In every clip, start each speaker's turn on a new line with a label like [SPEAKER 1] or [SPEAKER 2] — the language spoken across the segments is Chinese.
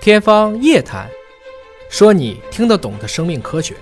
[SPEAKER 1] 天方夜谭，说你听得懂的生命科学。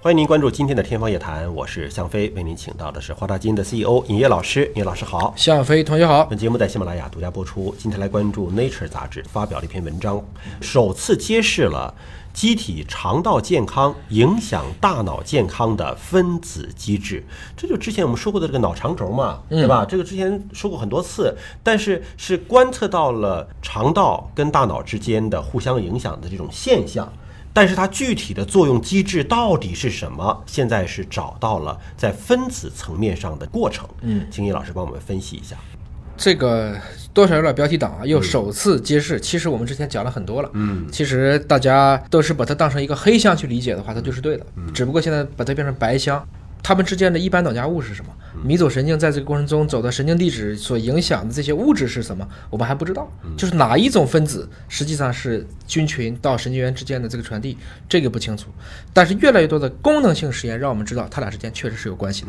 [SPEAKER 2] 欢迎您关注今天的《天方夜谭》，我是向飞，为您请到的是华大基因的 CEO 尹烨老师。尹老师好，
[SPEAKER 1] 向飞同学好，
[SPEAKER 2] 本节目在喜马拉雅独家播出。今天来关注《Nature》杂志发表了一篇文章，首次揭示了机体肠道健康影响大脑健康的分子机制。这就之前我们说过的这个脑肠轴嘛，对吧？这个之前说过很多次，但是是观测到了肠道跟大脑之间的互相影响的这种现象。但是它具体的作用机制到底是什么？现在是找到了在分子层面上的过程。嗯，请尹老师帮我们分析一下。
[SPEAKER 1] 这个多少有点标题党啊，又首次揭示。其实我们之前讲了很多了，嗯，其实大家都是把它当成一个黑箱去理解的话，它就是对的，只不过现在把它变成白箱。它们之间的一般脑加物是什么？迷走神经在这个过程中走到神经递质所影响的这些物质是什么？我们还不知道，就是哪一种分子实际上是菌群到神经元之间的这个传递，这个不清楚。但是越来越多的功能性实验让我们知道，它俩之间确实是有关系的。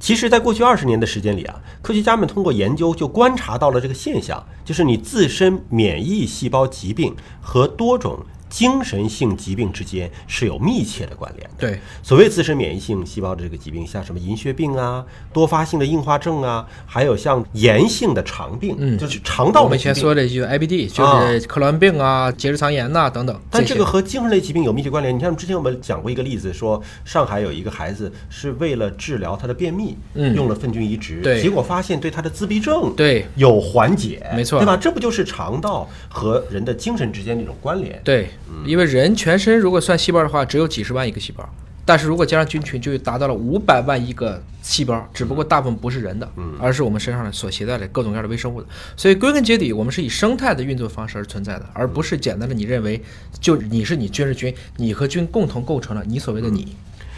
[SPEAKER 2] 其实，在过去二十年的时间里啊，科学家们通过研究就观察到了这个现象，就是你自身免疫细胞疾病和多种精神性疾病之间是有密切的关联的。
[SPEAKER 1] 对，
[SPEAKER 2] 所谓自身免疫性细胞的这个疾病，像什么银屑病啊、多发性的硬化症啊，还有像炎性的肠病，就是肠道
[SPEAKER 1] 嗯我们
[SPEAKER 2] 的
[SPEAKER 1] 以
[SPEAKER 2] 疾
[SPEAKER 1] 前
[SPEAKER 2] 病。
[SPEAKER 1] 说的就是 IBD，就是克罗恩病啊、结直肠炎呐、等等。
[SPEAKER 2] 但
[SPEAKER 1] 些
[SPEAKER 2] 这个和精神类疾病有密切关联。你像之前我们讲过一个例子，说上海有一个孩子是为了治疗他的便秘，用了粪菌移植，
[SPEAKER 1] 嗯对
[SPEAKER 2] 结果发现对他的自闭症
[SPEAKER 1] 对
[SPEAKER 2] 有缓解，
[SPEAKER 1] 没错
[SPEAKER 2] 对吧？这不就是肠道和人的精神之间的一种关联？
[SPEAKER 1] 对，因为人全身如果算细胞的话，只有几十万一个细胞，但是如果加上菌群，就达到了五百万一个细胞，只不过大部分不是人的，而是我们身上的所携带的各种各样的微生物的。所以归根结底，我们是以生态的运作方式而存在的，而不是简单的你认为就你是你，菌是菌，你和菌共同构成了你所谓的你。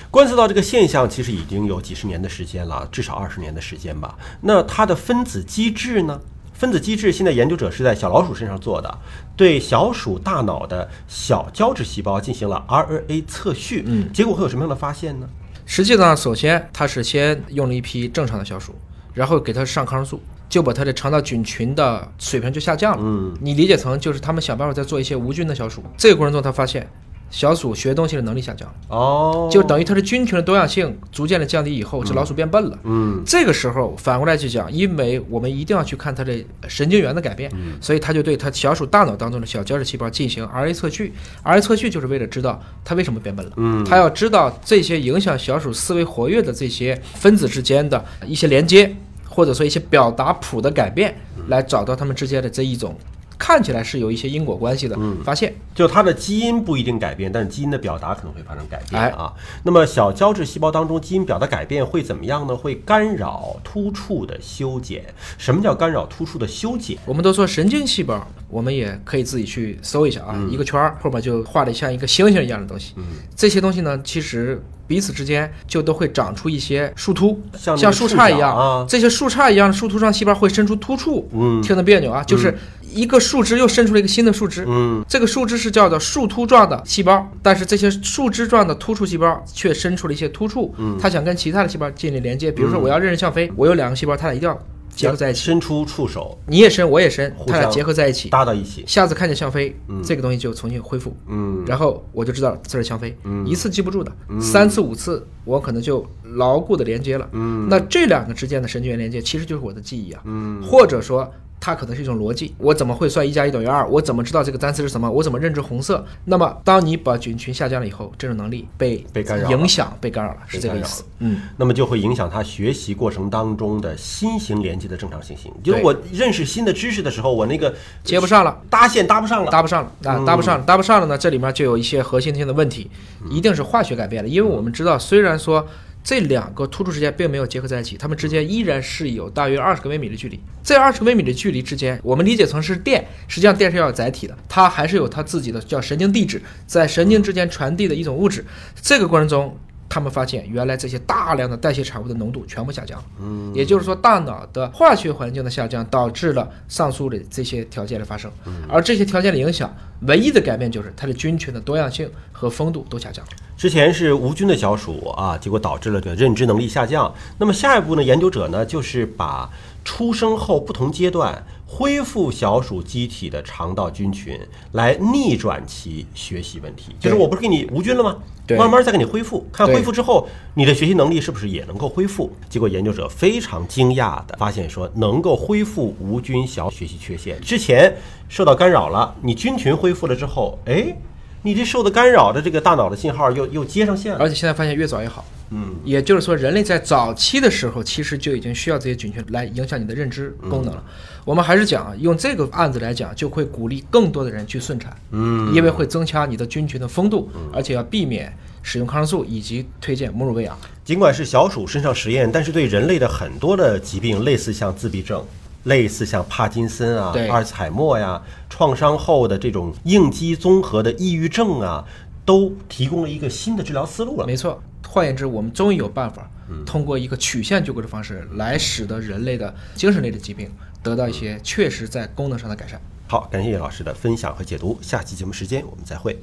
[SPEAKER 2] 观测到这个现象，其实已经有几十年的时间了，至少二十年的时间吧。那它的分子机制呢？分子机制现在研究者是在小老鼠身上做的，对小鼠大脑的小胶质细胞进行了 RNA 测序，嗯，结果会有什么样的发现呢？
[SPEAKER 1] 实际上，首先它是先用了一批正常的小鼠，然后给它上抗生素，就把它的肠道菌群的水平就下降了。嗯，你理解成就是他们想办法在做一些无菌的小鼠。这个过程中，他发现小鼠学东西的能力下降了。
[SPEAKER 2] 哦，
[SPEAKER 1] 就等于它的菌群的多样性逐渐的降低以后，这老鼠变笨了。
[SPEAKER 2] 嗯，
[SPEAKER 1] 这个时候反过来去讲，因为我们一定要去看它的神经元的改变，所以它就对它小鼠大脑当中的小胶质细胞进行 RNA 测序。RNA 测序就是为了知道它为什么变笨了。嗯，它要知道这些影响小鼠思维活跃的这些分子之间的一些连接，或者说一些表达谱的改变，来找到它们之间的这一种看起来是有一些因果关系的发现。
[SPEAKER 2] 就它的基因不一定改变，但是基因的表达可能会发生改变
[SPEAKER 1] 哎
[SPEAKER 2] 啊。那么小胶质细胞当中基因表达改变会怎么样呢？会干扰突触的修剪。什么叫干扰突触的修剪？
[SPEAKER 1] 我们都说神经细胞，我们也可以自己去搜一下啊，
[SPEAKER 2] 嗯
[SPEAKER 1] 一个圈儿后边就画的像一个星星一样的东西。这些东西呢，其实彼此之间就都会长出一些树突，
[SPEAKER 2] 像那个
[SPEAKER 1] 树杈一
[SPEAKER 2] 树
[SPEAKER 1] 样。
[SPEAKER 2] 角啊嗯
[SPEAKER 1] 这些树杈一样的树突上细胞会伸出突触，听着别扭啊，就是一个树枝又伸出了一个新的树枝。
[SPEAKER 2] 嗯，
[SPEAKER 1] 这个树枝是叫做树突状的细胞，但是这些树枝状的突触细胞却伸出了一些突触，
[SPEAKER 2] 嗯
[SPEAKER 1] 它想跟其他的细胞建立连接。比如说，我要认识向飞，我有两个细胞，它俩一定要结合在一起。
[SPEAKER 2] 伸出触手
[SPEAKER 1] 你也伸，我也伸，
[SPEAKER 2] 互
[SPEAKER 1] 它俩
[SPEAKER 2] 相
[SPEAKER 1] 结合在一起。
[SPEAKER 2] 搭到一起。
[SPEAKER 1] 下次看见香妃，这个东西就重新恢复，
[SPEAKER 2] 嗯，
[SPEAKER 1] 然后我就知道这是香妃，一次记不住的，三次五次我可能就牢固的连接了，嗯，那这两个之间的神经元连接其实就是我的记忆啊，嗯，或者说它可能是一种逻辑，我怎么会算一加一等于二？我怎么知道这个单词是什么？我怎么认知红色？那么当你把菌群下降了以后，这种能力被
[SPEAKER 2] 被干扰了
[SPEAKER 1] 影响被干扰了，是这个意思，嗯，
[SPEAKER 2] 那么就会影响他学习过程当中的新型连接的正常进行。就是
[SPEAKER 1] 对
[SPEAKER 2] 我认识新的知识的时候，我那个
[SPEAKER 1] 接不上了。
[SPEAKER 2] 搭线搭不上了。嗯
[SPEAKER 1] 搭不上了啊，搭不上了，搭不上了呢，这里面就有一些核心性的问题，
[SPEAKER 2] 嗯
[SPEAKER 1] 一定是化学改变了，因为我们知道，虽然说。这两个突触之间并没有结合在一起，它们之间依然是有大约二十个微米的距离。这二十微米的距离之间，我们理解成是电，实际上电是要有载体的，它还是有它自己的叫神经递质，在神经之间传递的一种物质。这个过程中，他们发现原来这些大量的代谢产物的浓度全部下降了，嗯，也就是说大脑的化学环境的下降导致了上述的这些条件的发生，而这些条件的影响，唯一的改变就是它的菌群的多样性和丰度都下降了。
[SPEAKER 2] 之前是无菌的小鼠啊，结果导致了这个认知能力下降。那么下一步呢，研究者呢就是把出生后不同阶段恢复小鼠机体的肠道菌群，来逆转其学习问题。就是
[SPEAKER 1] 对
[SPEAKER 2] 我不是给你无菌了吗？
[SPEAKER 1] 对
[SPEAKER 2] 慢慢再给你恢复，看
[SPEAKER 1] 对
[SPEAKER 2] 恢复之后你的学习能力是不是也能够恢复。结果研究者非常惊讶的发现说，能够恢复无菌小学习缺陷，之前受到干扰了，你菌群恢复了之后，哎。你这受的干扰的这个大脑的信号又又接上线了，
[SPEAKER 1] 而且现在发现越早越好。嗯，也就是说，人类在早期的时候，其实就已经需要这些菌群来影响你的认知功能了。我们还是讲啊，用这个案子来讲，就会鼓励更多的人去顺产，嗯，因为会增强你的菌群的丰度，而且要避免使用抗生素以及推荐母乳喂养。
[SPEAKER 2] 尽管是小鼠身上实验，但是对人类的很多的疾病，类似像自闭症，类似像帕金森啊
[SPEAKER 1] 对、
[SPEAKER 2] 阿尔茨海默呀、创伤后的这种应激综合的抑郁症啊，都提供了一个新的治疗思路了。
[SPEAKER 1] 没错，换言之，我们终于有办法通过一个曲线救国的方式，来使得人类的精神类的疾病得到一些确实在功能上的改善。
[SPEAKER 2] 好，感谢叶老师的分享和解读，下期节目时间我们再会。